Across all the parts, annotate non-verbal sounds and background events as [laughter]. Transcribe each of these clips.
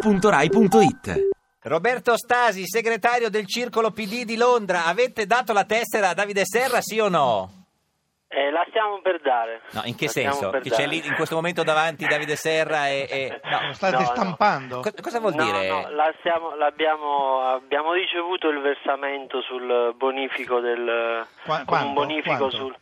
radio2pod.rai.it Roberto Stasi, segretario del Circolo PD di Londra, avete dato la tessera a Davide Serra, sì o no? Eh, la stiamo per dare. No, in che La stiamo senso? per Che c'è dare. lì in questo momento davanti Davide Serra e... [laughs] e- Lo no. state No, no. stampando? Co- cosa vuol No, dire? no, la stiamo- l'abbiamo, abbiamo ricevuto il versamento sul bonifico del... Qua- con quanto? un bonifico Quanto? sul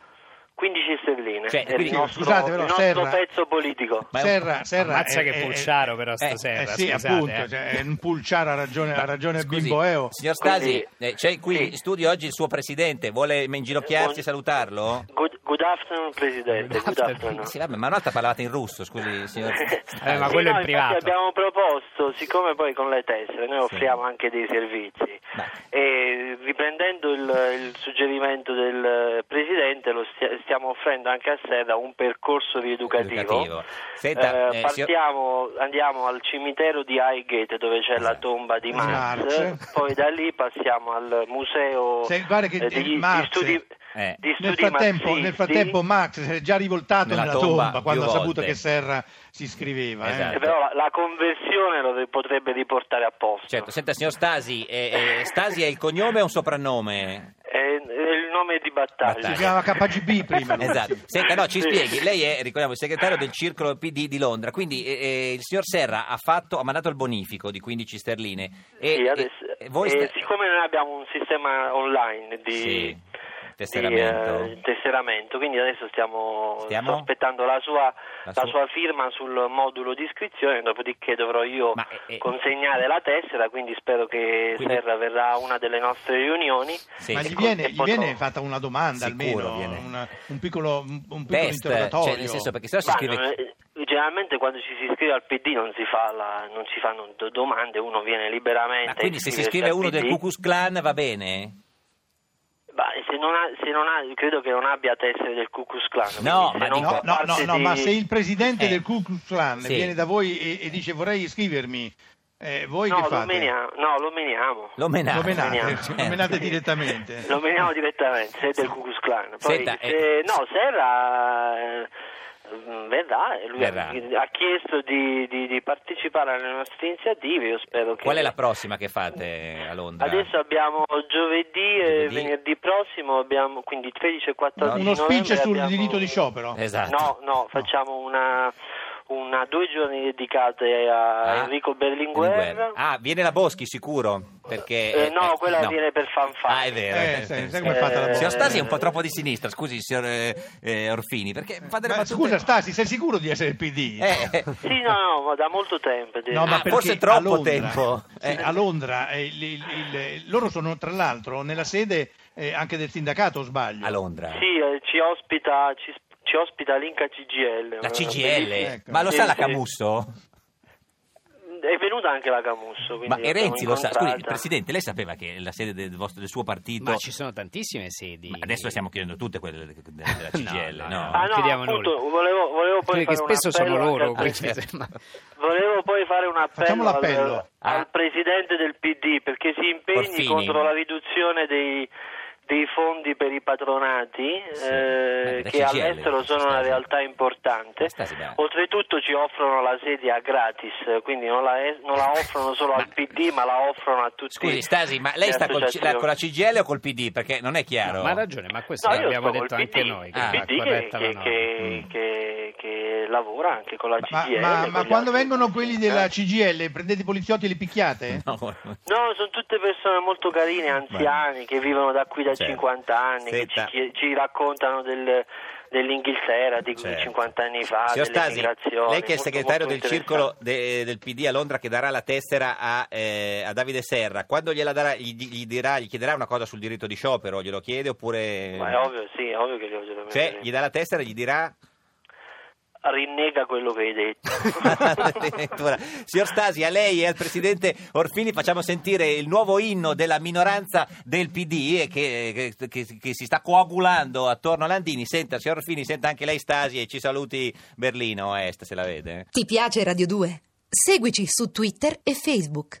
15 stelline. Cioè, È quindi- il nostro, Scusate, però, il nostro Serra- pezzo politico. Ma è un- Serra, Serra Ammazza è- che è- pulciaro però Eh, stasera, sì, scusate, appunto, eh. cioè, è un pulciaro ha ragione, ha ragione Scusi, Bimbo Eo. Signor Stasi, Quindi- eh, c'è qui sì. in studio oggi il suo presidente, vuole inginocchiarsi e Eh, salutarlo? Good, good afternoon, Presidente. Good afternoon. Sì, vabbè, ma una volta parlavate in russo, scusi, [laughs] signor Stasi. Eh, ma Sì, quello è no, infatti in privato. abbiamo proposto, siccome poi con le tessere noi offriamo anche dei servizi, Ma- e riprendendo il, il suggerimento del eh, Presidente, lo stia- stiamo offrendo anche a Serra un percorso rieducativo. Educativo. Senta, Eh, eh, signor- partiamo, andiamo al cimitero di Highgate dove c'è la tomba di Di Marx, Marx. poi da lì passiamo al museo Se- guarda che eh, degli- di Marx- studi, Eh. di Nel studi frattempo, marxisti. nel frattempo Max si è già rivoltato Nella nella, tomba tomba, quando più ha saputo volte. che Serra si iscriveva. eh. Esatto. Eh, però la, la conversione lo de- potrebbe riportare a posto. Certo, senta, signor Stasi, eh, eh, Stasi è il cognome o un soprannome? È, è Eh, il nome di battaglia. Battaglia. Si chiamava KGB prima. [laughs] no? Esatto. Senta, no, ci Sì. spieghi. Lei è, ricordiamo, il segretario del circolo PD di Londra. Quindi eh, eh, il signor Serra ha, fatto, ha mandato il bonifico di 15 sterline. E, Sì, adesso- e- e voi e sta- siccome noi abbiamo un sistema online di, Sì, tesseramento. tesseramento. tesseramento, quindi adesso stiamo, Stiamo? sto aspettando la sua, La la sua- sua firma sul modulo di iscrizione, dopodiché dovrò io Ma, eh, eh. consegnare la tessera, quindi spero che Quindi- Serra verrà a una delle nostre riunioni. Sì. Ma gli E viene, con- e gli poi viene no. fatta una domanda Sicuro almeno, viene. una- un piccolo, un, un piccolo Test, interrogatorio. cioè, nel senso, perché se no si Ma non scrive... Ah, è- eh, generalmente quando ci si iscrive al PD non si, fa la- non si fanno do- domande, uno viene liberamente. Ma quindi se si iscriversi scrive al uno del PD. Ku Klux Klan va bene? Ma se non ha, se non ha, credo che non abbia tessere del Ku Klux Klan. No, quindi ma se non dico- fa No, no, no, parte no, di- ma se il presidente Eh. del Ku Klux Klan Sì. viene da voi e, e dice vorrei iscrivermi, eh, voi No, che lo fate? menia- no, lo meniamo. Lo menate. Eh, Lo menate, Meniamo. cioè, lo menate direttamente. Lo meniamo direttamente, se è del Ku Klux Klan. Poi, Senta, se- eh, no, Serra eh, verrà, lui ha- Verrà. Ha, chiesto di, di- di partecipare alle nostre iniziative, io spero che... Qual è la prossima che fate a Londra? Adesso abbiamo giovedì e Giovedì. venerdì prossimo, abbiamo quindi 13 e 14 Uno spince novembre sul Eh, abbiamo- diritto di sciopero. Esatto. No, no, facciamo una, una- due giorni dedicate a Ah, Enrico Berlinguer. Berlinguer. Ah, viene la Boschi sicuro? Perché... Eh, no, quella viene per fanfare. Ah, è vero. Eh, Eh, sai- eh, sai come è fatta la Boschi? Signor Stasi è un po' troppo di sinistra, scusi, signor eh, eh, Orfini, perché fa delle Ma battute- scusa Stasi, sei sicuro di essere il PD? Eh, eh. Sì, no, no, ma da molto tempo. direi. No, Ah, ma perché forse a troppo Londra- tempo. sì, Eh. A Londra, eh, il- il- il- loro sono tra l'altro nella sede eh, anche del sindacato, o sbaglio? a Londra. Sì, eh, ci ospita, ci, ci ospita l'Inca CGL. La una CGL, bellissima- Ecco. ma lo sa eh, Sì, la sì. Camusso? È venuta anche la Camusso. quindi Ma e l'abbiamo Renzi lo sa? Scusi, incontrata. Presidente, lei sapeva che la sede del, vostro- del suo partito... boh. Ma ci sono tantissime sedi. eh. Ma adesso [laughs] stiamo chiedendo tutte quelle de- de- [laughs] della CGL, no? No, no, Ah, non no, chiediamo appunto, nulla. volevo, volevo poi Perché fare un Cioè, spesso sono appello anche loro al quelli Presidente. che- ma- Volevo poi fare un Facciamo appello l'appello. al, al Ah. presidente del PD perché si impegni Orfini. contro la riduzione dei, dei fondi per i patronati Sì. eh, Eh, da che CGIL, all'estero sono Stasi. una realtà importante. Stasi, beh. Oltretutto ci offrono la sedia gratis, quindi non la, es- non la offrono solo al PD ma la offrono a tutti. Scusi, Stasi, ma lei le sta col- associazioni. con la CGL o col PD? Perché non è chiaro. Ma ha ragione, ma questo No, io l'abbiamo sto detto col anche PD, noi. Che il Ah, va PD che, corretta la che- norma. Mm. che- Mm. che- che lavora anche con la Ma, CGL. con ma- ma gli quando altri vengono partiti, quelli della eh. CGL, prendete i poliziotti e li picchiate? No. No, sono tutte persone molto carine, anziani, che vivono da qui da Certo. 50 anni, che Senta. ci, chie- ci raccontano del- dell'Inghilterra [laughs] di Certo. 50 anni fa, Signor delle Stasi, migrazioni. lei che è il molto, segretario molto del circolo de- del PD a Londra che darà la tessera a, eh, a Davide Serra, quando gliela darà, gli, gli dirà, gli chiederà una cosa sul diritto di sciopero, glielo chiede interessante. oppure... Ma è ovvio, sì, è ovvio che glielo devo Cioè, dire. gli dà la tessera e gli dirà... Rinnega quello che hai [laughs] detto. Addirittura. Signor Stasi, a lei e al presidente Orfini facciamo sentire il nuovo inno della minoranza del PD eh, che, che- che- che si sta coagulando attorno a Landini. Senta, signor Orfini, senta anche lei Stasi e ci saluti Berlino Est, se la vede. Ti piace Radio 2? Seguici su Twitter e Facebook.